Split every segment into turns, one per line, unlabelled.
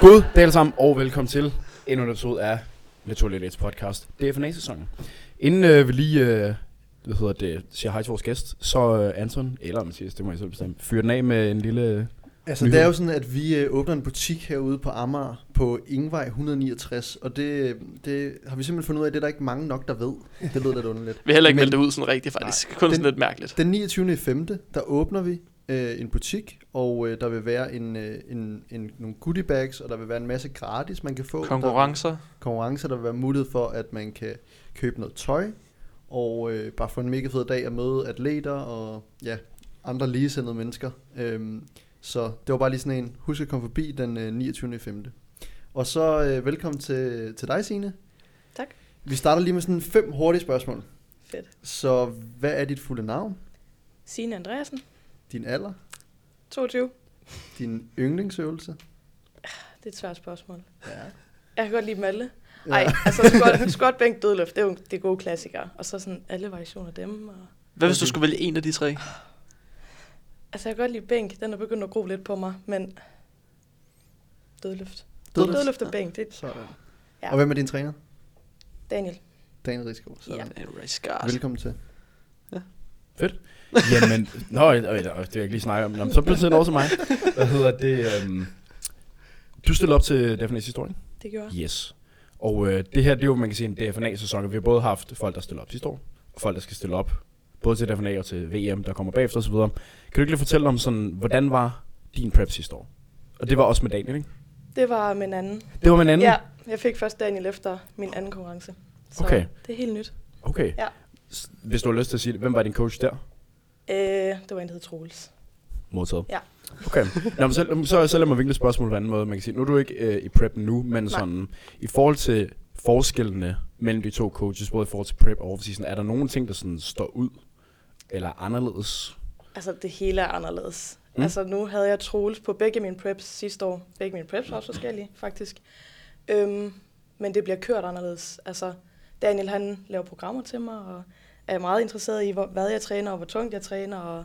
God dag alle sammen, og velkommen til endnu en episode af Naturlig Lidt podcast. Det er FNA-sæsonen. Inden øh, vi lige øh, hvad hedder det, siger hej til vores gæst, så øh, Anton, eller Mathias, det må jeg selv bestemme, fyrer den af med en lille...
Altså,
Nyheder.
det er jo sådan, at vi øh, åbner en butik herude på Amager på Ingevej 169, og det, øh, det har vi simpelthen fundet ud af, det er der ikke mange nok, der ved. Det lyder lidt underligt.
Vi har heller ikke
Men-
meldt det ud sådan rigtigt, faktisk. Kun
Den-
sådan lidt mærkeligt.
Den 29. 5. der åbner vi øh, en butik, og øh, der vil være en, øh, en, en, nogle goodie bags, og der vil være en masse gratis, man kan få.
Konkurrencer.
Der, konkurrencer, der vil være mulighed for, at man kan købe noget tøj, og øh, bare få en mega fed dag at møde atleter og ja, andre ligesindede mennesker. Øhm, så det var bare lige sådan en, husk at komme forbi den øh, 29. 5. Og så øh, velkommen til, til dig, Signe.
Tak.
Vi starter lige med sådan fem hurtige spørgsmål.
Fedt.
Så hvad er dit fulde navn,
Signe Andreasen,
din alder,
22.
din yndlingsøvelse?
Det er et svært spørgsmål.
Ja.
Jeg kan godt lide dem alle.
Ja.
Ej, altså squat, squat bænk, dødløft, det er jo det er gode klassikere. Og så sådan alle variationer af dem. Og...
Hvad hvis du skulle vælge en af de tre?
Altså jeg kan godt lide bænk, den er begyndt at gro lidt på mig, men dødløft.
Dødløft.
Dødløft, dødløft og bænk, det er
Sådan.
Ja.
Ja. Og hvem er din træner?
Daniel.
Daniel Rigsgaard. Sådan.
Ja.
Ja.
Riskart.
Velkommen til.
Jamen, nå, øh, øh, det vil jeg ikke lige snakke om, Nå, men så bliver det over til mig. Hvad hedder det? Øhm, du stiller op til Daphne's historie.
Det gjorde jeg.
Yes. Og øh, det her, det er jo, man kan sige, en DFNA-sæson, og vi har både haft folk, der stiller op sidste år, og folk, der skal stille op, både til DFNA og til VM, der kommer bagefter osv. Kan du ikke lige fortælle om, sådan, hvordan var din prep sidste år? Og det var også med Daniel, ikke?
Det var min anden.
Det var med en anden?
Ja, jeg fik først Daniel efter min anden konkurrence. Så
Okay.
det er helt nyt.
Okay.
Ja.
S- Hvis du har lyst til at sige det, hvem var din coach der?
Øh, det var en, der hed Troels.
Modtaget.
Ja.
Okay. Nå, men så, så, så lad mig vinkle spørgsmålet på en anden måde. Man kan sige, nu er du ikke øh, i prep nu, men
Nej.
sådan, i forhold til forskellene mellem de to coaches, både i forhold til prep og off-season, er der nogle ting, der sådan står ud? Eller er anderledes?
Altså, det hele er anderledes.
Mm.
Mm. Altså, nu havde jeg Troels på begge mine preps sidste år. Begge mine preps var også forskellige, faktisk. Øhm, men det bliver kørt anderledes. Altså, Daniel, han laver programmer til mig, og er meget interesseret i, hvor, hvad jeg træner, og hvor tungt jeg træner, og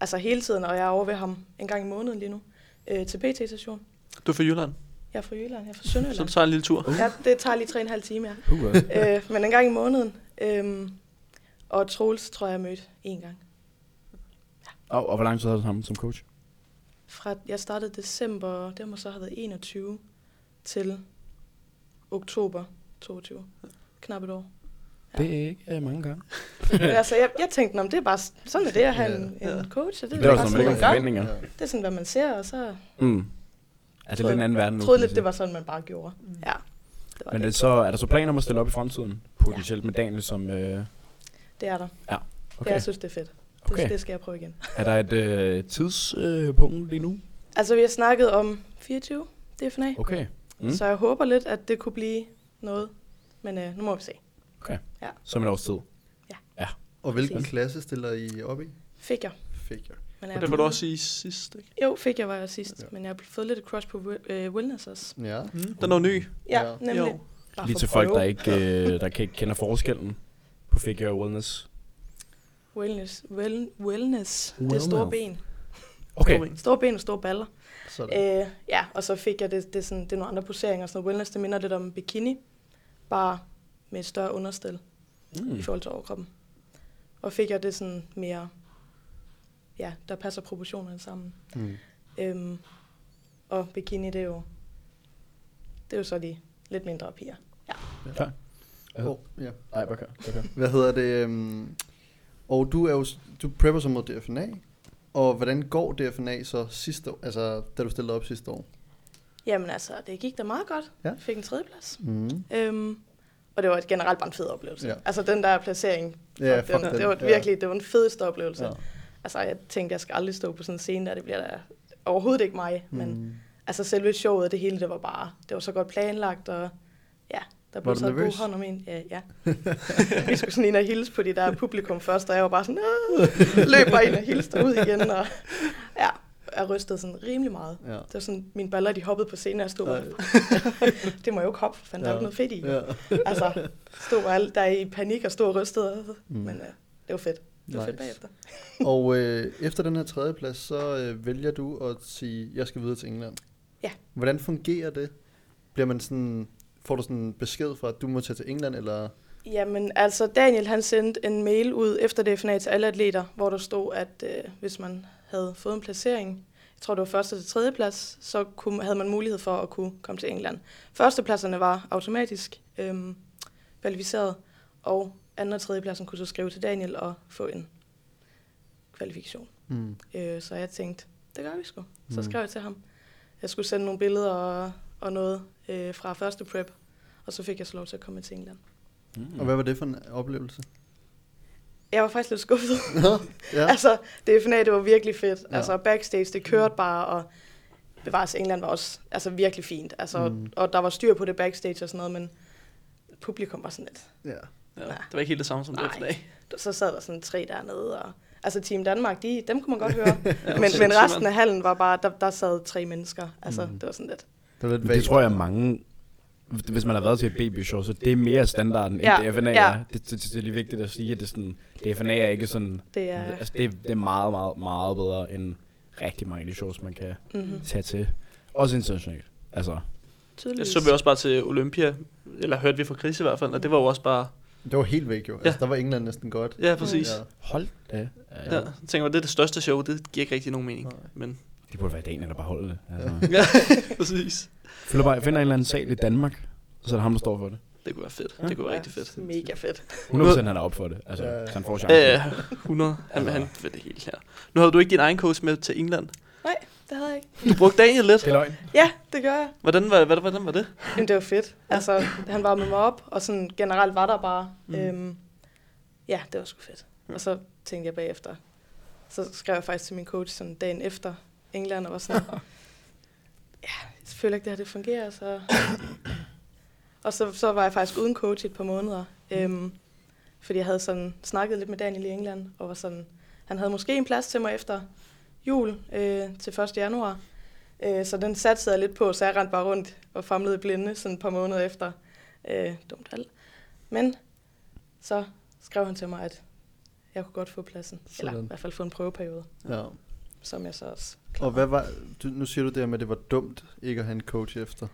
altså hele tiden, og jeg er over ved ham en gang i måneden lige nu, øh, til PT-station.
Du er fra Jylland.
Jeg er fra Jylland, jeg er fra
Så du
Sønderjylland.
tager en lille tur.
Ja, det tager lige tre og en halv time, ja.
Uh, uh.
øh, men en gang i måneden. Øhm, og Troels, tror jeg, jeg mødte en gang.
og, og hvor lang tid har du ham som coach?
Fra jeg startede december, det må så have været 21, til oktober 22. Knap et år. Ja.
Det er ikke øh, mange gange.
Men altså, jeg, jeg tænkte, om det er bare s- sådan er det at have en,
Ja, ja.
en coach. Og det,
Det
er
er
bare
også noget, man
sådan,
ikke
man
har
gør.
forventninger.
Ja.
Det er sådan, hvad man ser, og så
Mm. Er det lidt en anden verden nu?
jeg troede
kan man
lidt, det
sige.
var sådan, man bare gjorde.
Mm.
Ja, det, var
Men
det.
det,
Det.
så, er der så planer om at stille op i fremtiden? Potentielt med Daniel som... Øh,
det er der. Okay. Det,
okay.
jeg synes, det er fedt. Det,
okay.
det skal jeg prøve igen.
Er der et øh, tidspunkt øh, punkt lige nu?
Altså, vi har snakket om 24 DFNA,
Okay. Mm.
mm. så jeg håber lidt, at det kunne blive noget. Men øh, nu må vi se.
Som et års tid.
Og hvilken
Præcis.
klasse stiller I op i?
Fik jeg.
Fik jeg.
Men øh,
Og det var du også i sidst, ikke?
Jo, fik jeg var jeg sidst,
Ja.
ja. men jeg har fået lidt et crush på wi- øh, wellness også.
Ja.
Mm. Den er jo ny.
Ja,
Ja.
ja. nemlig.
Jo.
Bare
Lige
for
til
at
folk,
prøve.
der ikke, øh, der kan ikke kender forskellen på figure og wellness.
Wellness. Well, wellness. Det er store ben.
Okay.
Kom ind.
Store ben og store baller.
Sådan.
Øh, ja, og så fik jeg det, det, er sådan, det er nogle andre poseringer. Sådan noget. Wellness, det minder lidt om bikini, bare med et større understel mm.
Mm.
i forhold til overkroppen. Og fik jeg det sådan mere, ja, der passer proportionerne sammen.
Mm.
Øhm, og bikini, det er jo, det er jo så de lidt mindre piger.
Og, ja.
Nej, okay. okay.
Hvad hedder det? øhm, Og du er jo, s- du prepper så mod DFNA. Og hvordan går DFNA så sidste år, altså da du stillede op sidste år?
Jamen altså, det gik da meget godt.
Ja.
Fik en tredjeplads.
Mm.
Øhm, og det var et generelt bare en fed oplevelse.
Ja.
Ja. Altså den der placering,
Ja,
fuck den,
fuck den,
det var
ja.
virkelig det var den fedeste oplevelse.
Ja.
Ja. Altså jeg tænkte, jeg skal aldrig stå på sådan en scene der, det bliver da overhovedet ikke mig. Mm. Men
Mm.
altså selve showet og det hele, det var bare, det var så godt planlagt, og ja, der blev
du
så god
nervøs?
hånd om en. Ja, ja. Vi skulle sådan ind og hilse på de der publikum først, og jeg var bare sådan, "Åh!" løb bare ind og hilste ud igen, og ja, jeg rystede sådan rimelig meget.
Ja.
Det var sådan, mine baller, de hoppede på scenen, og jeg stod bare,
Ej.
"Fuck, det må jeg jo ikke hoppe, for fanden, der er
Ja.
jo ikke noget fedt i.
Ja.
Altså, stod bare alle der i panik og stod og rystede,
Mm.
men øh, det var fedt. Det var fedt
Nice.
bagefter.
Og øh, efter den her tredje plads, så øh, vælger du at sige, jeg skal videre til England.
Ja.
Hvordan fungerer det? Bliver man sådan, får du sådan en besked fra, at du må tage til England, eller
Jamen, altså Daniel han sendte en mail ud efter DFNA til alle atleter, hvor der stod, at øh, hvis man havde fået en placering, jeg tror det var første til tredje plads, så kunne, havde man mulighed for at kunne komme til England. Førstepladserne var automatisk øhm, kvalificeret, og anden og tredjepladsen kunne så skrive til Daniel og få en kvalifikation.
mm.
Øh, så jeg tænkte, det gør vi sgu.
Mm.
Så skrev jeg til ham. Jeg skulle sende nogle billeder og, og noget øh, fra første prep, og så fik jeg så lov til at komme til England.
Mm.
og hvad var det for en oplevelse?
Jeg var faktisk lidt skuffet.
ja.
Ja. Altså, det FNA, det var virkelig fedt.
Ja. Mm.
Ja. Altså, backstage, det kørte bare, og bevares England var også altså, virkelig fint. Altså,
Mm.
mm. Og der var styr på det backstage og sådan noget, men publikum var sådan lidt.
ja.
Ja, det var ikke helt det samme som det
Nej.
efter dag.
Så sad der sådan tre dernede, og altså Team Danmark, de, dem kunne man godt høre.
Ja,
men, men
sindssygt,
resten
mand.
af hallen var bare, der, der sad tre mennesker. Altså,
Mm.
mm. det var sådan lidt.
Det var lidt
Men det tror jeg mange, hvis man har været til et BB-show, så det er mere standarden, end
Ja,
ja, DFNA ja.
ja.
er. Det, det, det, er lige vigtigt at sige, at det er sådan, DFNA er ikke sådan,
Det
ja.
er...
altså det, det er meget, meget, meget bedre end rigtig mange af de shows, man kan
Mm-hmm.
tage til. Også internationalt. Altså,
Jeg
Tydeligvis.
så vi også bare til Olympia, eller hørte vi fra Chris i hvert fald, og det var jo også bare,
Det var helt væk jo. Altså, der var England næsten godt.
ja præcis.
Ja.
hold da.
Ja.
Ja.
Jeg tænker, mig, det er det største show, det giver ikke rigtig nogen mening.
Nej.
Men,
Det burde være Daniel, der bare holder det. Altså.
ja, præcis.
Følger bare, finder en eller anden sal i Danmark, så er det ham, der står for det.
Det kunne være fedt.
Ja.
Det kunne være rigtig fedt.
Mega fedt.
100% han er op for det. Altså,
Ja.
så han får chancen.
Ja, ja, 100. Jamen, han ved det helt her. Nu havde du ikke din egen coach med til England.
Det havde jeg ikke.
Du brugte Daniel lidt.
Det er løgn.
Ja, det gør jeg.
Hvordan var, hvordan, hvordan var det?
Jamen, det var fedt. Altså, han var med mig op, og sådan generelt var der bare.
Mm.
Mm. Øhm, ja, det var sgu fedt.
Ja.
Og så tænkte jeg bagefter. Så skrev jeg faktisk til min coach sådan dagen efter England, og var sådan, ja, jeg føler ikke, det her det fungerer. Så. og så, så var jeg faktisk uden coach i et par måneder. Øhm, fordi jeg havde sådan snakket lidt med Daniel i England, og var sådan, han havde måske en plads til mig efter jul øh, til 1. januar. Øh, så den satsede jeg lidt på, så jeg rendte bare rundt og famlede i blinde sådan et par måneder efter. Øh, dumt valg. Men så skrev han til mig, at jeg kunne godt få pladsen. Sådan. Eller
Sådan.
i hvert fald få en prøveperiode,
ja.
som jeg så også
Og hvad var, du, nu siger du det her med, at det var dumt ikke at have en coach efter.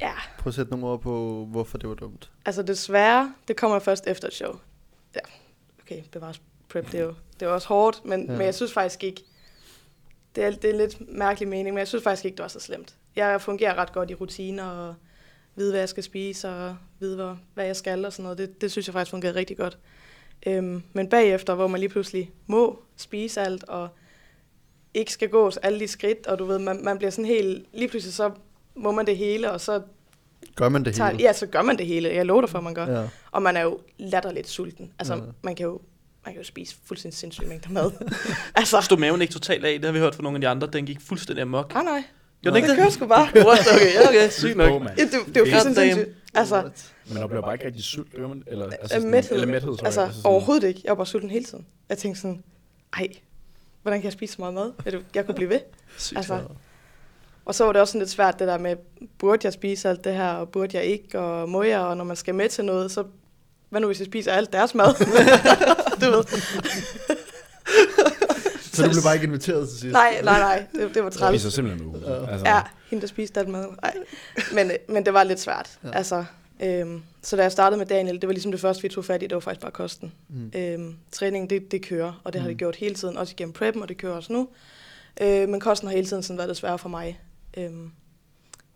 Ja.
Prøv at sætte nogle ord på, hvorfor det var dumt.
Altså desværre, det kommer først efter et show. Ja, okay, bevares prep, det er jo det er også hårdt, men,
Ja.
ja. men jeg synes faktisk ikke, det er, det er en lidt mærkelig mening, men jeg synes faktisk ikke, det var så slemt. Jeg fungerer ret godt i rutiner og vide, hvad jeg skal spise og vide, hvor, hvad jeg skal og sådan noget. Det, det synes jeg faktisk fungerede rigtig godt. Øhm, men bagefter, hvor man lige pludselig må spise alt og ikke skal gås alle de skridt, og du ved, man, man bliver sådan helt, lige pludselig så må man det hele, og så,
Gør man det
tager,
hele?
ja, så gør man det hele. Jeg lover dig for, at man gør.
ja.
Og man er jo latterligt sulten. Altså,
Ja.
ja. man, kan jo, man kan jo spise fuldstændig sindssygt mængder mad. altså,
Stod maven ikke totalt af? Det har vi hørt fra nogle af de andre. Den gik fuldstændig amok.
nej nej.
Gjorde den ikke
Ah. Det
det?
kører sgu bare.
What? Okay, ja, okay, sygt nok.
På, mand.
Ja, det, det er jo
God
fuldstændig
damn.
sindssygt. Altså,
Men oplever bare ikke rigtig sult, gør man? Eller,
altså mæthed.
Eller mæthed, sorry.
altså,
sådan-
overhovedet ikke. Jeg var bare sulten hele tiden. Jeg tænkte sådan, ej, hvordan kan jeg spise så meget mad? Er det- Jeg kunne blive ved.
Sygt.
Altså, og så var det også sådan lidt svært det der med, burde jeg spise alt det her, og burde jeg ikke, og må jeg, og når man skal med til noget, så hvad nu hvis jeg spiser alt deres mad? du ved.
Så du blev bare ikke inviteret til sidst?
Nej, nej, nej, det, det var
Det
træls.
viser simpelthen ud.
Ja.
Altså,
Ja, hende der spiste alt mad. Ej. Men, øh, men det var lidt svært.
Ja.
Ja. Altså, øhm, så da jeg startede med Daniel, det var ligesom det første, vi tog fat i, det var faktisk bare kosten.
Mm.
Øhm, træningen, det, det kører, og det har
Mm.
det gjort hele tiden, også igennem preppen, og det kører også nu. Øh, men kosten har hele tiden sådan været lidt sværere for mig. Øhm,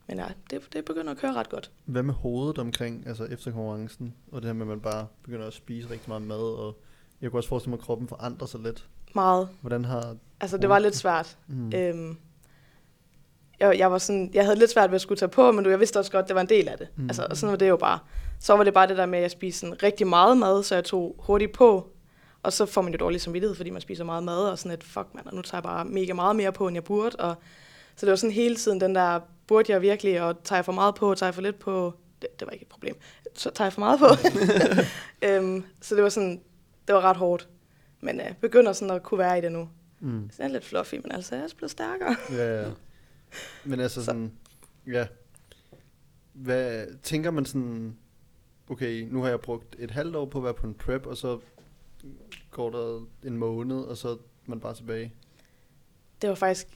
men nej, det, det begynder at køre ret godt.
Hvad med hovedet omkring, altså efter konkurrencen? Og det her med, at man bare begynder at spise rigtig meget mad, og jeg kunne også forestille mig, at kroppen forandrer sig lidt.
Meget.
Hvordan har...
Altså, det var lidt svært.
Mm,
Øhm, jeg, jeg, var sådan, jeg havde lidt svært ved at skulle tage på, men du, jeg vidste også godt, at det var en del af det.
Mm.
Mm. Altså, og sådan var det jo bare. Så var det bare det der med, at jeg spiste sådan rigtig meget mad, så jeg tog hurtigt på. Og så får man jo dårlig samvittighed, fordi man spiser meget mad, og sådan et, fuck mand, og nu tager jeg bare mega meget mere på, end jeg burde. Og, så det var sådan hele tiden den der, burde jeg virkelig, og tager jeg for meget på, tager jeg for lidt på, det, det var ikke et problem, så tager jeg for meget på. øhm, så det var sådan, det var ret hårdt. Men jeg øh, begynder sådan at kunne være i det nu.
mm,
Sådan er lidt fluffy, men altså, jeg er også blevet stærkere.
ja, ja. Men altså
Så-
sådan... Ja. Hvad tænker man sådan... Okay, nu har jeg brugt et halvt år på at være på en prep, og så går der en måned, og så er man bare tilbage.
Det var faktisk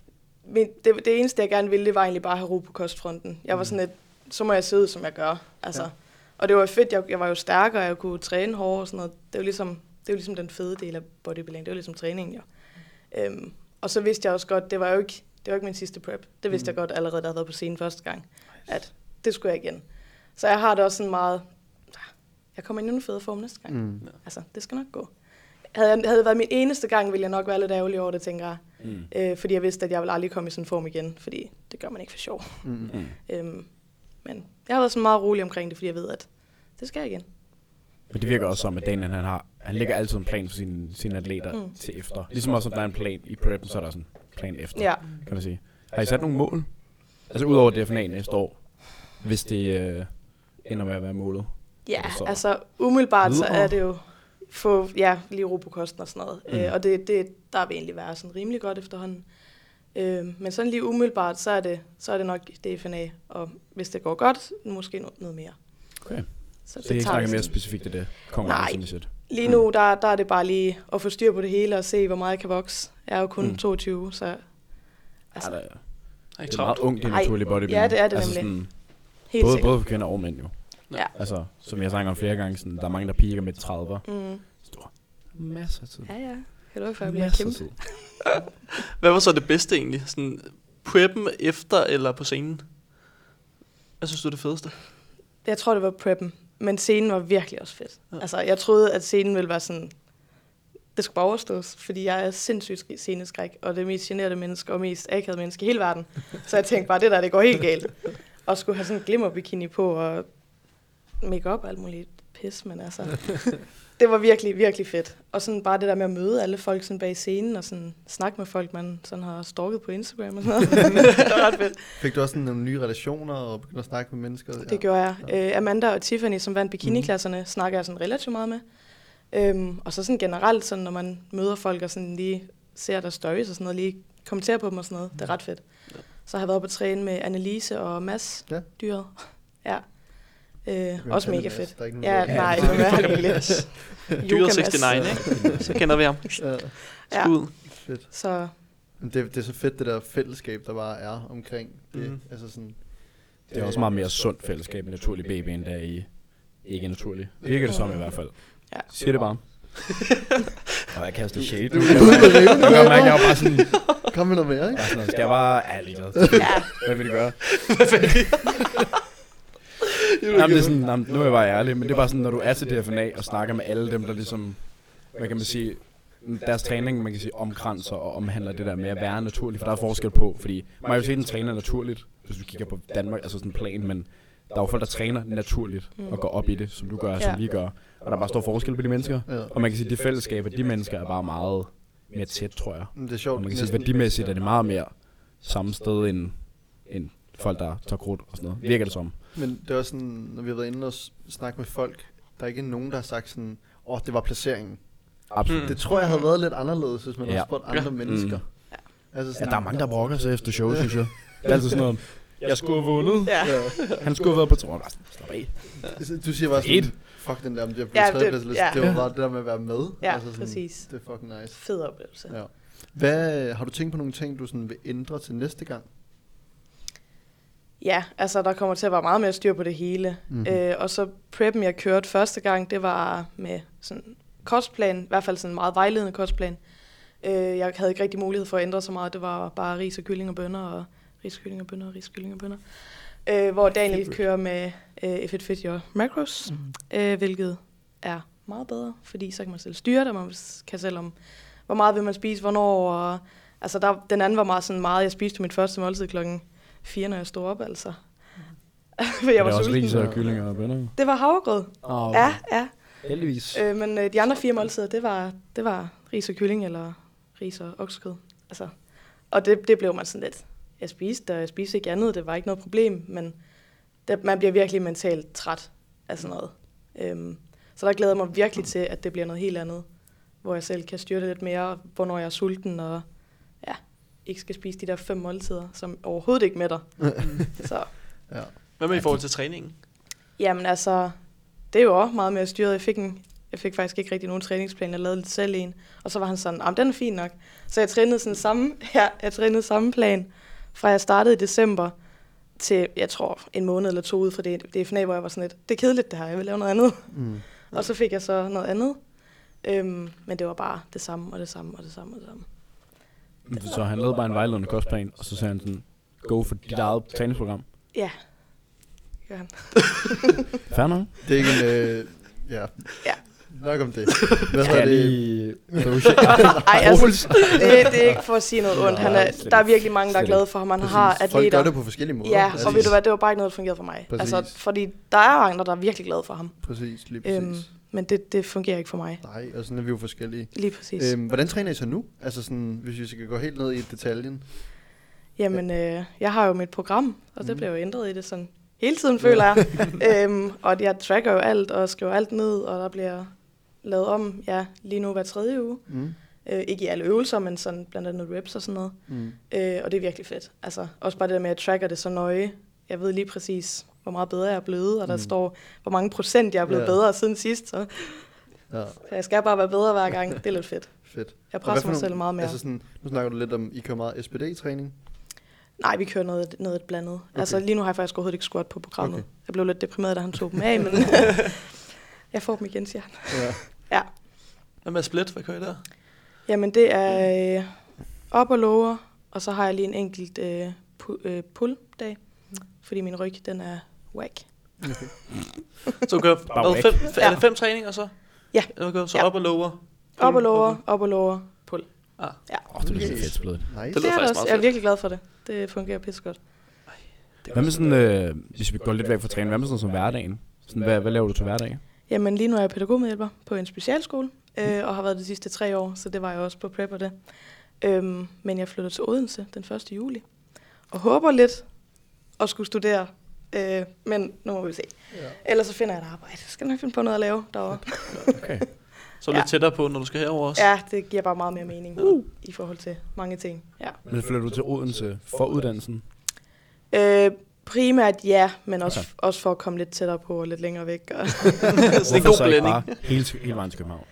men det, det eneste, jeg gerne ville, det var egentlig bare at have ro på kostfronten. Jeg var sådan lidt, så må jeg se ud, som jeg gør. Altså.
Ja.
Mhm. Ja. Og det var fedt, jeg, jeg var jo stærkere, jeg kunne træne hårdere og sådan noget. Det var ligesom, det var ligesom den fede del af bodybuilding, det var ligesom træningen, jo. Øhm, og så vidste jeg også godt, det var jo ikke, det var ikke min sidste prep. Det vidste mm. jeg godt allerede, da jeg havde været på scenen første gang, at det skulle jeg igen. Så jeg har det også sådan meget, "Ah, jeg kommer i en endnu federe form næste gang.
Mm.
Altså, det skal nok gå. Havde, jeg, havde det været min eneste gang, ville jeg nok være lidt ærgerlig over det, tænker jeg.
Mm.
Øh, fordi jeg vidste, at jeg ville aldrig komme i sådan en form igen, fordi det gør man ikke for sjov.
Mm.
Mm.
Øhm, men jeg har været sådan meget rolig omkring det, fordi jeg ved, at det skal jeg igen.
Men det virker også som, at Daniel, han har, han lægger altid en plan for sine, sine atleter mm.
Mm.
til efter. Ligesom også, om der er en plan i preppen, så er der sådan en plan efter,
Ja.
kan man sige. Har I sat nogle mål? Altså udover DFNA næste år, hvis det øh, ender med at være målet.
Ja,
Og så-
altså umiddelbart så
Videre.
er det jo få ja, lige ro på kosten og sådan noget.
Mm.
Mm. Øh, og det, det, der vil egentlig være sådan rimelig godt efterhånden. Øh, men sådan lige umiddelbart, så er det, så er det nok DFNA, og hvis det går godt, måske noget, noget mere.
Okay.
Så
Så det er ikke snakket
vi
mere
sådan.
specifikt af det. Kommer
Nej.
sådan set.
Lige nu, der, der er det bare lige at få styr på det hele og se, hvor meget jeg kan vokse. Jeg er jo kun
Mm.
mm. 22, så altså,
Altså,
ja,
det
Ej,
er meget
travlt.
ungt i
Ej,
naturlig bodybuilding.
ja, det er det
altså,
nemlig.
Sådan,
helt
både,
sikkert.
både for kvinder og mænd jo.
Ja.
Altså, som jeg har snakket om flere gange, sådan, der er mange, der piker med 30'er.
Mm.
Stor. Masser af tid.
Ja, ja. Kan du ikke, for jeg bliver
Masser af
kæmpe?
tid.
Hvad var så det bedste egentlig? Sådan, preppen efter eller på scenen? Hvad synes du er det fedeste?
Jeg tror, det var preppen. Men scenen var virkelig også fedt.
Ja.
Ja. Altså, jeg troede, at scenen ville være sådan... Det skulle bare overstås, fordi jeg er sindssygt sk- sceneskræk, og det mest generede menneske og mest akavede menneske i hele verden. Så jeg tænkte bare, det der, det går helt galt. Og skulle have sådan en glimmerbikini på, og makeup og alt muligt pis, men altså... Det var virkelig, virkelig fedt. Og sådan bare det der med at møde alle folk sådan bag scenen, og sådan snakke med folk, man sådan har stalket på Instagram og sådan noget. det var ret fedt.
Fik du også sådan nogle nye relationer og begyndte at snakke med mennesker?
Det gjorde jeg. Øh, Amanda og Tiffany, som vandt bikiniklasserne, mm. snakker jeg sådan relativt meget med. Øhm, og så sådan generelt, sådan, når man møder folk og sådan lige ser der stories og sådan noget, lige kommenterer på dem og sådan noget. Det er ret fedt.
Ja.
Så har jeg været på træne med Annelise og Mads,
Ja.
ja. dyret. ja. Øh,
Hvem
også
fanden
mega
er
fedt.
Mads? Mm. Der er ikke nogen,
Ja,
der-
nej, det må være helt
Yes.
vildt.
Dyret 69, ikke? Så kender vi ham.
Ja,
Ja,
Skud.
fedt.
så
Men det, det er så fedt, det der fællesskab, der bare er omkring det.
Mhm.
Mm. Altså sådan,
Det er også meget mere sundt fællesskab med naturlig baby, end der i ikke naturlig. Virker det som i hvert fald.
Ja.
Siger det bare. Og jeg kaster shade.
Du- du er ude at rive
Jeg
den
kan
her.
mærke, jeg var bare sådan,
kom med noget mere, ikke?
bare sådan noget, skal jeg bare ærlig glad.
ja,
Hvad vil du gøre? Jamen, det er sådan, jamen, nu er jeg bare ærlig, men det er bare sådan, når du er til DFNA og snakker med alle dem, der ligesom, hvad kan man sige, deres træning, man kan sige, omkranser og omhandler det der med at være naturlig, for der er forskel på, fordi majoriteten træner naturligt, hvis du kigger på Danmark, altså sådan en plan, men der er jo folk, der træner naturligt og går op i det, som du gør, som
Ja.
vi gør, og der er bare stor forskel på de mennesker,
Ja.
og man kan sige, at det fællesskab, at de mennesker er bare meget mere tæt, tror jeg.
Men Det er
Og
sjovt.
man kan sige,
næsten-
værdimæssigt er det meget mere samme sted end, end folk, der tager krudt og sådan noget. Virker det som.
Men det er også sådan, når vi har været inde og s- snakke med folk, der er ikke nogen, der har sagt sådan, åh, oh, det var placeringen.
Absolut.
Mm.
Det tror jeg havde været lidt anderledes, hvis man
Ja.
havde spurgt andre
Ja.
mennesker.
Ja.
Altså
Mm. Ja, der er mange, der brokker sig efter show, synes jeg. Det er altid sådan noget, jeg skulle have vundet.
ja.
Ja.
Han skulle have været på tror. Bare sådan, Slap af.
Altså, Du siger bare
Et.
sådan, fuck den der, om det er på
Ja,
tredje
det-
plads, eller-
ja.
det var bare det der med at være med. Altså
Ja,
sådan,
præcis.
Det er fucking nice.
Fed oplevelse.
Ja. Hvad, har du tænkt på nogle ting, du sådan vil ændre til næste gang?
Ja, altså der kommer til at være meget mere styr på det hele.
Mhm.
Mm-hmm. Øh, og så preppen, jeg kørte første gang, det var med sådan kostplan, i hvert fald sådan en meget vejledende kostplan. Øh, jeg havde ikke rigtig mulighed for at ændre så meget, det var bare ris og kylling og bønner, og ris, kylling og bønner, og ris, kylling og bønner. Øh, hvor Daniel
Favorite.
kører med øh, If It Fit Your Macros, mm. øh, hvilket er meget bedre, fordi så kan man selv styre det, og man kan selv om, hvor meget vil man spise, hvornår, og altså der, den anden var meget sådan meget, jeg spiste mit første måltid klokken 4, når jeg stod op, altså. For jeg var
det Mm. er også
sulten.
ris og kyllinger og bønner.
Det var havregrød.
Oh,
Ja, ja.
Heldigvis.
Øh, men øh, de andre fire måltider, det var, det var ris og kylling, eller ris og oksekød. Altså, og det, det blev man sådan lidt, jeg spiste, og jeg spiste ikke andet, det var ikke noget problem, men det, man bliver virkelig mentalt træt af sådan noget. Øhm, så der glæder jeg mig virkelig til, at det bliver noget helt andet, hvor jeg selv kan styre det lidt mere, hvornår jeg er sulten, og ja, ikke skal spise de der fem måltider, som overhovedet ikke mætter. så
Ja.
Hvad med i forhold til træningen?
Jamen altså, det er jo også meget mere styret. Jeg fik en Jeg fik faktisk ikke rigtig nogen træningsplan. Jeg lavede lidt selv en. Og så var han sådan, at den er fin nok. Så jeg trænede sådan samme, ja, jeg trænede samme plan, fra jeg startede i december til, jeg tror, en måned eller to ud fra det, det FNA, hvor jeg var sådan lidt, det er kedeligt det her, jeg vil lave noget andet.
Mm.
Og så fik jeg så noget andet. Øhm, men det var bare det samme, og det samme, og det samme, og det samme.
Så han lavede bare en vejledende kostplan, og så sagde han sådan, go for dit eget træningsprogram.
Ja. Gør han.
Fair nok.
Det er ikke en... Øh, ja.
Ja.
Nok om det.
Skal
Hvad hedder
jeg
det?
lige...
Ej, altså, det, det er ikke for at sige noget ondt. Han
Nej,
er,
slet
der er
ikke.
virkelig mange, der er
Slet
glade for ham. Han har
Præcis. Folk gør
atleter.
det på forskellige måder.
Ja,
Præcis.
og ved du hvad, det var bare ikke noget, der fungerede for mig.
Præcis.
Altså, fordi der er andre, der er virkelig glade for ham.
Præcis, lige præcis.
Øhm, men det, det fungerer ikke for mig.
Nej, og sådan er vi jo forskellige.
Lige præcis. Øhm,
Øhm, hvordan træner I så nu? Altså sådan, hvis vi skal gå helt ned i detaljen.
Jamen, øh, jeg har jo mit program, og det
Mm.
bliver jo ændret i det sådan hele tiden, føler jeg. øhm, og jeg tracker jo alt og skriver alt ned, og der bliver lavet om, ja, lige nu hver tredje uge.
Mm.
Øh, ikke i alle øvelser, men sådan blandt andet reps og sådan noget.
Mm.
Øh, og det er virkelig fedt. Altså, også bare det der med, at jeg tracker det så nøje. Jeg ved lige præcis, hvor meget bedre jeg er blevet, og der
Mm.
mm. står, hvor mange procent jeg er blevet
Ja.
yeah. bedre siden sidst. Så,
Ja,
så jeg skal bare være bedre hver gang. Det er lidt fedt.
fedt.
Jeg
Og hvad
presser
for
mig
nogle-
selv meget mere.
Altså sådan, nu snakker du lidt om, I kører meget SPD-træning.
Nej, vi kører noget, noget et blandet. Okay. Altså lige nu har jeg faktisk overhovedet ikke squat på programmet.
Okay.
Okay. Jeg blev lidt deprimeret, da han tog dem af, men jeg får dem igen, siger han.
Ja.
Ja.
Hvad med split? Hvad kører I der?
Jamen det er øh, op og lower, og så har jeg lige en enkelt øh, pu- øh, pull-dag, fordi min ryg, den er whack.
Så du kører
Bare
hvad,
væk.
fem, f- er
Ja.
det fem træninger så?
Ja.
Eller hvad kører du? så
Ja.
op og lower?
Op og
Pull,
lower,
okay.
op og lower, pull.
Åh, det lyder fedt spillet.
Nice.
Det
Det, det
lyder
er det
faktisk
også.
meget
Jeg er
fedt.
virkelig glad for det. Det fungerer pissegodt.
Hvad med sådan, øh, hvis vi går lidt væk fra træning, hvad med sådan som hverdagen? Sådan, hvad, hvad laver du til hverdag?
Jamen lige nu er jeg pædagogmedhjælper på en specialskole, øh, og har været de sidste tre år, så det var jeg også på prep og det. Øhm, men jeg flytter til Odense den 1. juli, og håber lidt at skulle studere, øh, men nu må vi se.
Ja.
Ja. Ellers så finder jeg et arbejde. Jeg skal nok finde på noget at lave derovre.
Okay.
Så er du lidt
Ja.
tættere på, når du skal herover også.
Ja, det giver bare meget mere mening uh. i forhold til mange ting. Ja.
Men flytter du til Odense for uddannelsen?
Øh, primært ja, men også,
Okay.
okay. også for at komme lidt tættere på og lidt længere væk. Og
så det er en
Hvorfor
god
så ikke
blanding.
bare Hele, til- hele vejen til København.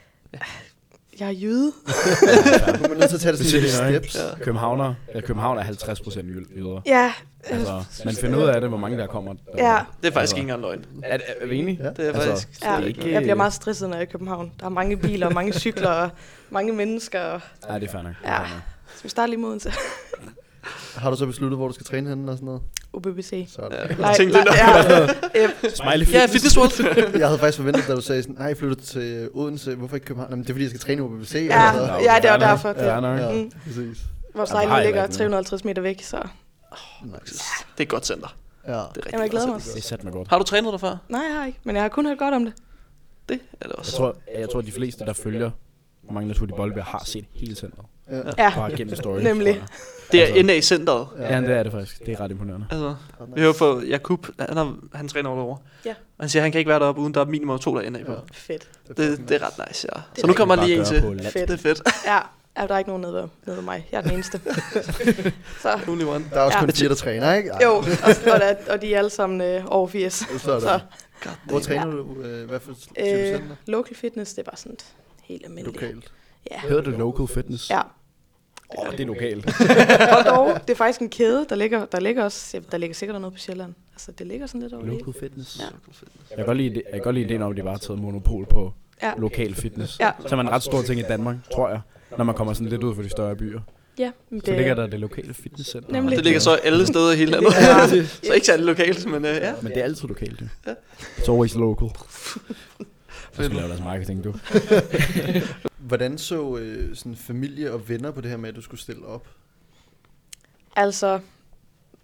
jeg er jyde.
Nu er man nødt til at tage det sådan
Præcis.
lidt i steps.
Ja.
Københavner, ja, København er 50 procent ydre.
Ja, Øh,
Altså, man finder ud af det, hvor mange der kommer. Der.
Ja.
Det er faktisk
Altså.
ikke engang løgn.
Er, er, er vi enige?
Ja.
Det er
Altså,
faktisk...
det
Ja,
er ikke- øh,
jeg bliver meget stresset, når jeg er i København. Der er mange biler, og mange cykler, og mange mennesker. og-
Nej, det er fair nok. Det er
Ja.
fair nok.
Skal vi starte lige moden til
Har du så besluttet, hvor du skal træne henne og sådan noget?
UBBC?
Sådan.
Ja,
Ja.
jeg tænkte lidt
ja, ja,
Smiley
Ja,
fitness.
fitness world.
Jeg havde faktisk forventet, da du sagde sådan, nej, jeg flytter til øh, Odense, hvorfor ikke København? Jamen, det er fordi, jeg skal træne i OBBC.
ja,
eller hvad?
ja, det
Fair
var
nok.
derfor. Det.
Fair nok.
ja,
Mm.
præcis.
Vores
Jamen, har
lejlighed
jeg
ligger
ikke noget.
350 meter væk, så
Nice.
Det er et godt center.
Ja.
Det er rigtig
Jamen, jeg glæder
godt
mig.
Det er sat mig godt.
center. Har du trænet der før?
Nej, jeg har ikke, men jeg har kun hørt godt om det.
Det er det også.
Jeg tror, jeg tror, de fleste, der følger hvor mange naturlige boldbær, har set hele centret.
Ja.
Ja,
Bare gennem stories.
Nemlig.
tror jeg.
Det er
Altså.
NA i centeret.
Ja, det er det faktisk. Det er ret imponerende.
Altså,
Ja, nice.
vi har fået Jakub, han, har, han træner over.
Ja.
Og han siger, at han kan ikke være deroppe, uden der er minimum to, der er NA på.
Ja.
fedt.
Det, det er ret nice, ja.
Det
Så
er
nu
rigtig
kommer
bare
lige en
at
til.
gøre på land.
Fedt.
Det er fedt.
Ja, ja, der er ikke nogen nede ved, nede ved mig. Jeg er den eneste. så
Only one.
Der er også
Ja.
kun fire, der træner, ikke? Ej,
jo, og, og, der, og de er alle sammen øh, over 80. Så,
Sådan.
God
Hvor
damn.
træner du? Øh, hvad for type
øh,
center?
local fitness, det er bare sådan et helt almindeligt.
Lokalt.
Ja.
Hedder det local fitness?
ja.
Åh, oh, det er lokalt.
Og dog, det er faktisk en kæde, der ligger, der ligger også, ja, der ligger sikkert noget på Sjælland. Altså, det ligger sådan lidt over det. hele.
Local fitness.
Ja.
Jeg kan godt lide, det- jeg kan godt lide ideen om, at de bare har taget monopol på
Ja.
lokal fitness.
Ja.
Så er man en ret stor ting i Danmark, tror jeg, når man kommer sådan lidt ud for de større byer.
Ja, men det,
Så ligger der det lokale fitnesscenter.
Nemlig.
Det ligger så alle steder i hele landet.
Ja.
så ikke særlig lokalt, men øh, ja.
Men det er altid lokalt, jo. It's always local. Så skal vi lave deres marketing, du.
Hvordan så øh, sådan familie og venner på det her med, at du skulle stille op?
Altså,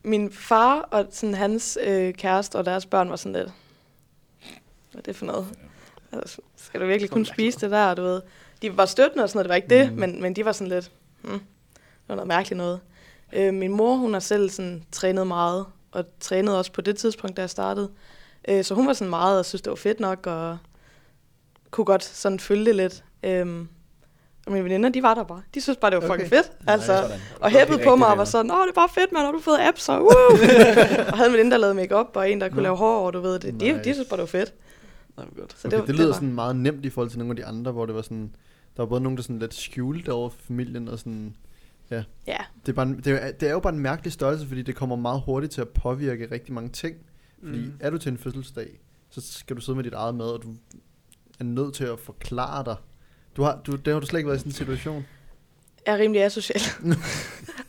min far og sådan hans øh, kæreste og deres børn var sådan lidt, hvad er det for noget? Altså, skal du virkelig kun spise det der, du ved? De var støttende og sådan noget, det var ikke det,
Mm.
Mhm.
men, men de var sådan lidt, hmm, det var noget mærkeligt noget. Øh, min mor, hun har selv sådan trænet meget, og trænede også på det tidspunkt, da jeg startede. Øh, så hun var sådan meget og synes, det var fedt nok, og kunne godt sådan følge det lidt. Øh, og mine veninder, de var der bare. De synes bare, det var fucking
Okay.
fedt. Altså,
sådan.
og hæppede på
rigtig
mig og
venner.
var sådan, åh, det er bare fedt, mand, har du fået apps, og uh! Og havde en veninde, der lavede makeup og en, der kunne lave hår, og du ved det. De, de
Nice.
synes bare, det var fedt.
Nej, men godt.
Så
okay, det, det lyder
var-
sådan meget nemt i forhold til nogle af de andre, hvor det var sådan, der var både nogen, der sådan lidt skjulte over for familien, og sådan,
Ja,
det er, bare en, det, er, det er jo bare en mærkelig størrelse, fordi det kommer meget hurtigt til at påvirke rigtig mange ting. Fordi mm.
Mm.
er du til en fødselsdag, så skal du sidde med dit eget mad, og du er nødt til at forklare dig. Du har, du, det har du slet ikke været i sådan en situation.
jeg er rimelig asocial.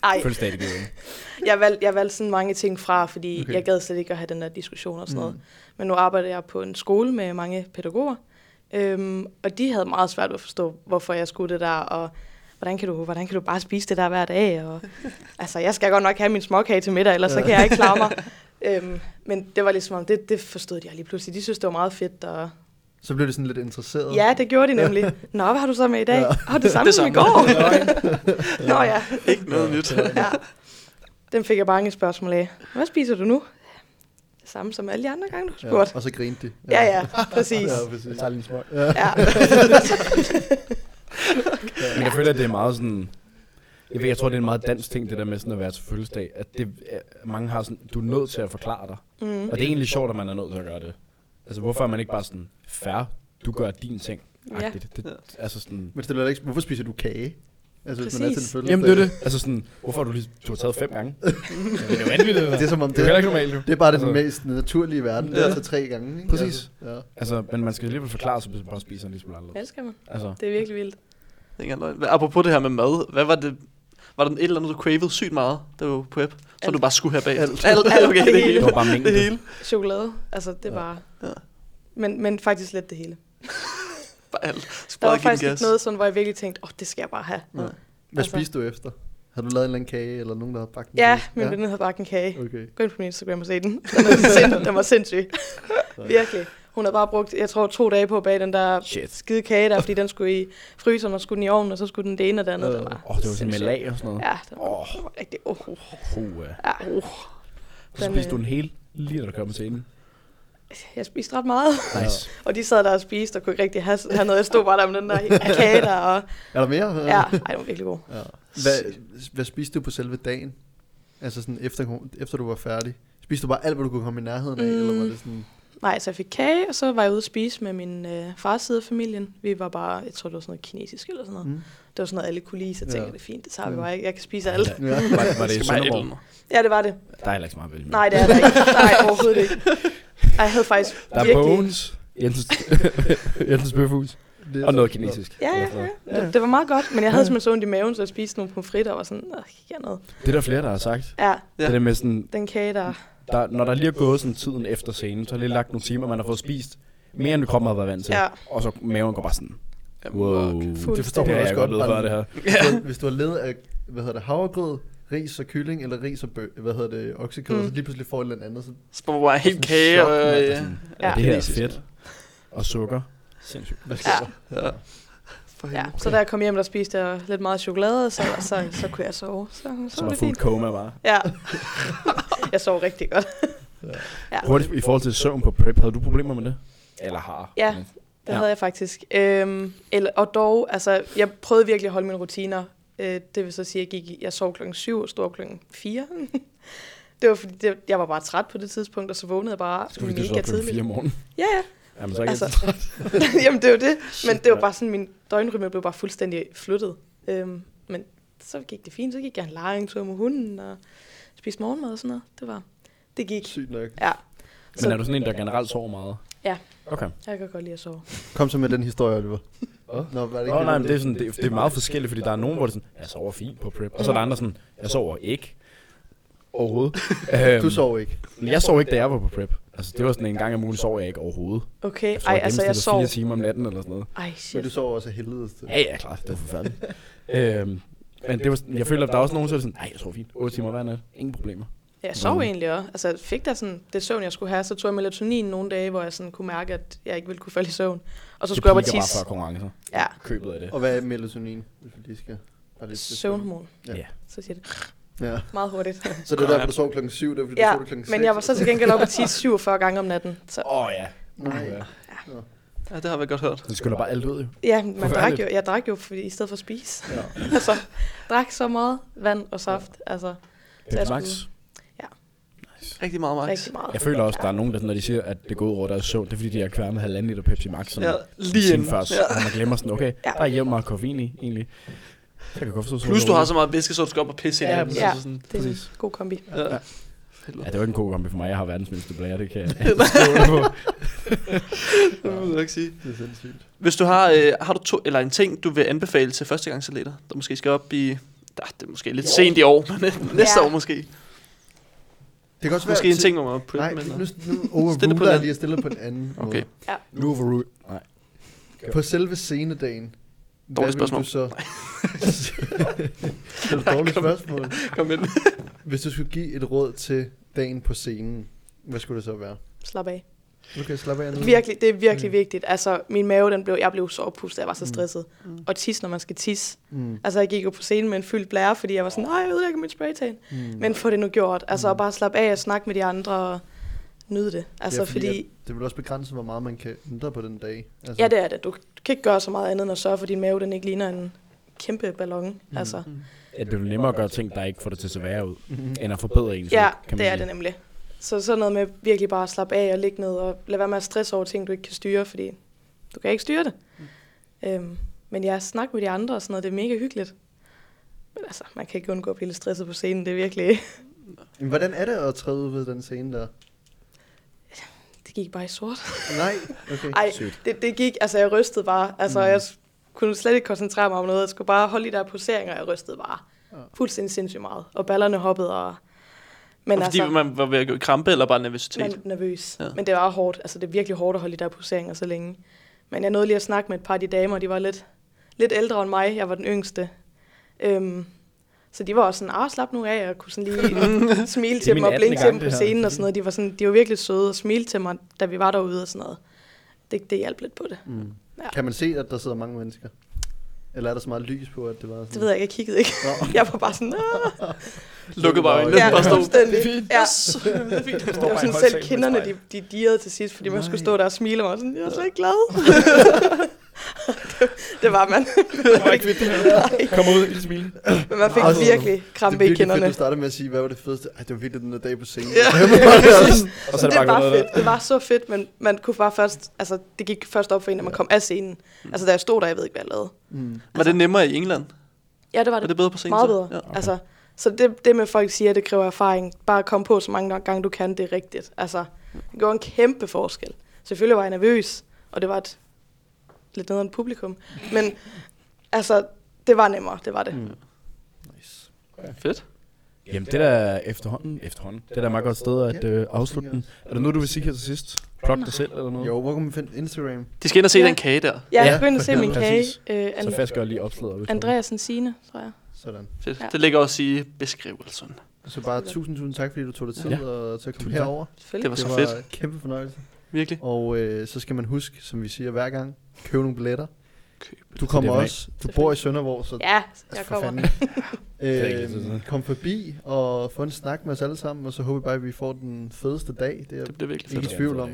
Ej,
Fødselsdag, det giver ikke.
jeg valgte, jeg valgte sådan mange ting fra, fordi
Okay.
okay. jeg gad slet ikke at have den der diskussion og sådan mm. noget. Men nu arbejder jeg på en skole med mange pædagoger, øhm, og de havde meget svært ved at forstå, hvorfor jeg skulle det der, og hvordan kan du, hvordan kan du bare spise det der hver dag? Og, altså, jeg skal godt nok have min småkage til middag, ellers så kan jeg ikke klare mig. øhm, men det var ligesom, om det, det forstod de lige pludselig. De synes, det var meget fedt, og
Så blev det sådan lidt interesseret.
ja, det gjorde de nemlig. Nå, hvad har du så med i dag?
Ja.
Ja. Oh, det samme
Det
det som
samme.
i går. Nå ja.
Ikke noget nyt.
ja. Den fik jeg bare en spørgsmål af. Hvad spiser du nu? Det samme som alle de andre gange, du har spurgt.
Ja, og så grinte de.
Ja, ja, præcis.
ja præcis.
lige en smøg.
Ja.
Men jeg føler, at det er meget sådan... Jeg, ved, jeg tror, det er en meget dansk ting, det der med sådan at være til fødselsdag. At det, er- mange har sådan, du er nødt til at forklare dig.
Mm.
Og det er egentlig sjovt, at man er nødt til at gøre det. Altså, hvorfor er man ikke bare sådan, fair, du gør din ting?
Ja.
Ja. Det, altså sådan,
Men det bliver ikke, hvorfor spiser du kage? Altså, hvis man er til en
Præcis.
fødselsdag.
Jamen det er det. Altså sådan, hvorfor har du lige, du har taget fem gange? det er jo vanvittigt.
Altså, Det er som om,
det er
det,
heller ikke normalt jo.
det er bare den
Altså-
mest naturlige verden. Det er altså tre gange, ikke?
Præcis.
Altså, ja.
Altså, men man skal alligevel forklare sig, hvis man bare spiser en lille smule
Ja,
anderledes.
det skal man.
Altså,
Det er virkelig vildt.
Det er ikke engang løgn. Hvad- Apropos det her med mad, hvad var det, var der et eller andet, du cravede sygt meget, da du var på app, som
Alt.
du bare skulle have bag?
Alt.
alt, alt okay, det
Det
det
hele.
var bare mængde.
Det hele.
Chokolade, altså det er bare...
Ja.
Men, men faktisk lidt det hele.
Bare alt. Skal
Der
bare
var
give den
faktisk
gas.
ikke noget, sådan, hvor jeg virkelig tænkte, åh, oh, det skal jeg bare have.
Nej. Hvad
Altså-
spiste du efter? Har du lavet en eller anden kage, eller nogen, der har bagt en
Ja,
kage?
min ja. veninde havde bagt en kage.
Okay.
Gå ind på min Instagram og se den. Den var, sind, den var sindssyg. virkelig. Hun havde bare brugt, jeg tror, to dage på at bage den der
Shit.
skide kage der, fordi den skulle i fryseren, og skulle den i ovnen, og så skulle den det ene og det andet. Den var
Åh, oh, det var sådan med
sindssyg.
lag og sådan noget.
Ja, den var,
Åh.
den var rigtig... Oh, oh,
Puh, uh.
ja.
Så
Den,
spiste du
øh,
en hel, lige da du kom til scenen.
Jeg spiste ret meget,
Nice.
og de sad der og spiste, og kunne ikke rigtig have, have noget. Jeg stod bare der med den der kage der, og
Er der mere?
ja, ej, den var virkelig god.
ja. Hvad, hvad spiste du på selve dagen? Altså sådan efter, efter du var færdig? Spiste du bare alt, hvad du kunne komme i nærheden af? Mm. Eller var
Mm.
det sådan...
Nej, så jeg fik kage, og så var jeg ude at spise med min øh, fars side af familien. Vi var bare, jeg tror det var sådan noget kinesisk eller sådan noget.
Mm.
Det var sådan noget, alle kunne lide, så jeg
Ja.
tænkte, det er fint, det tager vi
Mm.
bare ikke. Jeg kan spise alt.
Ja.
Ja.
Var, var det i
Skal bare et
Sønderborg?
eller andet.
Ja, det var det.
Der er heller ikke så meget vælge.
Nej, det er det ikke. Nej, overhovedet ikke. Ej, jeg havde faktisk
Der er
virkelig...
Bones, Jensens, Jensens Bøfhus,
Det er
og noget
sådan-
kinesisk.
Ja, ja,
Eller sådan
ja.
noget.
Ja.
Det, det, var meget godt, men jeg havde
Mm.
simpelthen så ondt i maven, så jeg spiste nogle pomfritter og var sådan, åh, ja, noget.
Det er der flere, der har sagt.
Ja,
Ja. Det der med sådan,
den kage der.
der, når der lige er gået sådan tiden efter scenen, så har lige lagt nogle timer, man har fået spist mere, end kroppen har været vant til.
Ja.
Og så maven går bare sådan,
Jamen,
wow.
fuck.
Det forstår man
det er
også
jeg
godt.
blevet før,
bare-
det her.
Hvis du- Hvis du har levet af, hvad hedder det, havregrød, ris og kylling, eller ris og bø, hvad hedder det, oksekød, mm.
Mm.
så lige pludselig får et eller andet, så
Så bare bare helt
Sådan
kage
chok,
og...
mand,
øh,
og sådan,
ja,
ja, det her er
kinesisk.
fedt. Og sukker. Sindssygt.
hvad sker
Ja.
der?
Ja. For
Ja,
helvede.
så da jeg kom hjem, der spiste jeg lidt meget chokolade, og så, så, så kunne jeg sove. Så, så,
Så
var
var
det
fuld
fint.
coma bare.
Ja. jeg sov rigtig godt.
Hurtigt i forhold til søvn på prep, havde du problemer med det? Eller har?
Ja.
Men- Ja.
Det ja. havde jeg faktisk. Øhm, eller, og dog, altså, jeg prøvede virkelig at holde mine rutiner. Øh, det vil så sige, at jeg, gik, i- jeg sov klokken 7 og stod op klokken 4. det var fordi, det, jeg var bare træt på det tidspunkt, og så vågnede jeg bare
Skal vi lige så
mega
klokken fire
tidligt.
om morgenen?
Ja, ja.
Jamen, så ikke
Altså,
altså,
Jamen, det er jo det. Men
Shit,
det var
mand.
bare sådan, min døgnrytme blev bare fuldstændig flyttet. Øhm, men så gik det fint. Så gik jeg en lang tur med hunden og spiste morgenmad og sådan noget. Det var... Det gik.
Sygt nok.
Ja.
Men er du sådan en, der generelt sover meget?
Ja.
Okay.
Jeg kan godt lide at sove.
Kom så med den historie, Oliver. Nå, var det
Åh, oh, nej, men det er,
det?
sådan, det, det er meget forskelligt, fordi der er nogen, hvor det er sådan, jeg sover fint på prep, og så er der andre sådan, jeg sover ikke overhovedet. Øhm,
Du sov ikke.
Men jeg sov ikke, da jeg var på prep. Altså, det var sådan en gang om ugen, sov jeg ikke overhovedet.
Okay,
Jeg tror,
ej, altså jeg sov...
fire timer om natten eller sådan noget.
Ej,
Men du
shit.
sov også af helvede. til.
Ja, ja, klart. Det var forfærdeligt. øhm, men det var, sådan- jeg føler, at der er også nogen, der er sådan, nej, jeg sov fint. 8 timer hver nat. Ingen problemer.
Jeg sov
Mhm.
egentlig også. Altså jeg fik der sådan det søvn, jeg skulle have. Så tog jeg melatonin nogle dage, hvor jeg sådan kunne mærke, at jeg ikke ville kunne falde i søvn. Og så skulle jeg op og
Det piker bare
tisse.
for konkurrencer.
Ja,
Købet af det.
Og hvad er melatonin, hvis vi lige skal... Bare lidt
søvnhormon.
Ja.
Ja.
Så siger det
Ja.
meget hurtigt.
Så det er derfor, du sov klokken 7, det er fordi, du
Ja,
sov klokken 6.
men jeg var så til gengæld op og tisse 47 gange om natten. Så
Åh oh, ja.
Nej.
Ja.
Ja, det har vi godt hørt.
Så skyller bare alt ud, jo.
Ja, man drak
Forfærdeligt.
jo, jeg drak jo fordi, i stedet for at spise.
Ja.
altså, drak så meget vand og saft. Altså,
Pepsi
jeg
Max.
skulle- Ja.
Nice.
Rigtig meget Max.
Rigtig meget.
Jeg føler også, der er nogen, der, når de siger, at det går ud over deres søvn, det er fordi, de har kværnet halvanden liter Pepsi Max. Sådan,
Ja,
ja,
lige inden.
Først,
Ja.
ja. Og man glemmer sådan, okay,
Ja.
ja. der er hjemme meget koffein i, egentlig. Jeg kan godt forstå, så
Plus du har
så...
så meget væske, så du skal op og pisse
Ja,
ja,
præcis.
ja. sådan,
Det er
Præcis.
en god kombi.
ja.
Ja, det var ikke en god kombi for mig. Jeg har verdens mindste blære, det kan jeg
Nej.
stå på.
Det må jeg ikke sige.
Det er sindssygt.
Hvis du har, øh, har du to, eller en ting, du vil anbefale til førstegangsatleter, der måske skal op i... Der, det er måske lidt sent i år, men øh, næste
Ja.
år måske.
Det kan også
Måske
være...
en ting, hvor man er på
Nej,
men,
nu, nu
Stille på
overruler jeg
den.
lige og stille på en anden
Okay.
måde.
Nu overrule. Nej.
På selve scenedagen, hvad vil
spørgsmål.
du så... det er et dårligt
kom.
spørgsmål.
Kom ind.
Hvis du skulle give et råd til dagen på scenen, hvad skulle det så være?
Slap af.
Nu kan jeg slappe af nu.
Virkelig, det er virkelig
Mm.
vigtigt. Altså, min mave, den blev, jeg blev så oppustet, jeg var så
Mm.
stresset.
Mm.
Og tis, når man skal tisse.
Mm,
Altså, jeg gik jo på scenen med en fyldt blære, fordi jeg var sådan, nej, jeg ødelægger min spraytan.
mm.
Men få det nu gjort. Altså,
Mm.
og bare slappe af og snakke med de andre og nyde det. Altså,
Ja,
ja, fordi,
at Det vil også begrænse, hvor meget man kan ændre på den dag. Altså,
ja, det er det. Du kan ikke gøre så meget andet, end at sørge for, at din mave, den ikke ligner en kæmpe ballon.
Mm.
Altså,
At det er jo nemmere at gøre ting, der ikke får det til at se værre ud,
Mhm.
end at forbedre en.
ja,
kan man
det er
sige.
det nemlig. Så sådan noget med virkelig bare at slappe af og ligge ned og lade være med at stresse over ting, du ikke kan styre, fordi du kan ikke styre det. Mm. Øhm, men jeg snakker med de andre og sådan noget, det er mega hyggeligt. Men altså, man kan ikke undgå at blive lidt stresset på scenen, det er virkelig...
Men hvordan er det at træde ud ved den scene der?
Det gik bare i sort.
Nej, okay.
Ej, det, det gik, altså jeg rystede bare. Altså mm. jeg s- kunne slet ikke koncentrere mig om noget. Jeg skulle bare holde de der poseringer, og jeg rystede bare.
Ja.
Fuldstændig sindssygt meget. Og ballerne hoppede, og... Men
Men fordi
altså,
altså, man var ved at gå i krampe, eller bare nervøsitet?
man er nervøs.
Ja.
Ja. Men det var hårdt. Altså, det er virkelig hårdt at holde de der poseringer så længe. Men jeg nåede lige at snakke med et par af de damer, og de var lidt, lidt ældre end mig. Jeg var den yngste. Øhm, så de var også sådan, ah, slap nu af, og jeg kunne sådan lige smile til
min
dem og
18.
blinke til
gang,
dem på
det her.
scenen og sådan noget. De var, sådan, de var virkelig søde og smilte til mig, da vi var derude og sådan noget. Det, det hjalp lidt på det.
Mm.
Ja.
Kan man se, at der sidder mange mennesker? Eller er der så meget lys på, at det var sådan?
Det ved jeg ikke, jeg kiggede ikke.
Nå.
Jeg var bare sådan, ah.
Lukkede bare øjnene,
Ja,
bare stod.
fuldstændig. Ja.
Det er fint.
Det var sådan selv kinderne, de, de dirrede til sidst, fordi man skulle stå der og smile, og man var sådan, jeg er slet ikke glad. det, det var man. man fik,
Kom ud, lille smil.
men man fik
Også-
virkelig krampe
det
i
er virkelig fedt,
kinderne.
du startede med at sige, hvad var det fedeste? Ej, det var virkelig den der dag på scenen.
Ja.
Og så er
Det
det bare
var
gået
fedt. Det var så fedt, men man kunne bare først, altså det gik først op for en, når man kom af scenen. Altså da jeg stod der, jeg ved ikke, hvad jeg lavede.
Mm.
Var det nemmere i England?
Ja, det var
Var
det.
det bedre på scenen?
Meget
så?
bedre.
Ja.
Okay.
Altså, så det, det med at folk siger, at det kræver erfaring. Bare kom på så mange gange, du kan, det er rigtigt. Altså, det gjorde en kæmpe forskel. Selvfølgelig var jeg nervøs, og det var et lidt nederen publikum. Men altså, det var nemmere, det var det. Mm.
Nice.
Fedt.
Jamen, det der efterhånden, efterhånden, det der er da et meget godt sted at øh, afslutte den. Er der noget, du vil sige her til sidst? Plug dig selv eller noget?
Jo, hvor kan man finde Instagram?
De skal ind og se
Ja.
den kage der.
Ja, jeg
Ja,
begyndte at se
for
min kage.
præcis.
Øh,
Så
An-
fast gør jeg lige opslaget. hvis du-
Andreasen Sine, tror jeg.
Sådan.
Fedt.
Ja.
Det ligger også i beskrivelsen.
Så bare tusind, tusind tak, fordi du tog dig tid
Ja.
og til at komme
Tusind tak.
herover.
Det
Selvfølgelig.
var
Det
så
var
fedt.
en kæmpe fornøjelse.
Virkelig.
Og øh, så skal man huske, som vi siger hver gang, køb nogle billetter.
Køb.
Du kommer
Det er
også. Du bor i Sønderborg, så
Ja, jeg
for
kommer.
fanden.
rigtigt, det er
øh,
sådan.
kom forbi og få en snak med os alle sammen, og så håber vi bare, at vi får den fedeste dag. Det er
Det bliver virkelig fedt.
ikke i tvivl om.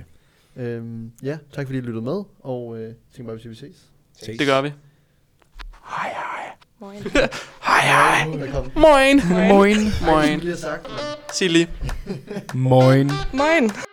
Øhm, ja, tak fordi I lyttede med, og øh, tænk bare, hvis vi ses.
Ses.
Det gør vi.
Moin.
Hej hej.
Velkommen.
Moin.
Moin.
Moin.
Ej, det
Moin.
skulle lige have sagt.
Sig lige.
Moin.
Moin.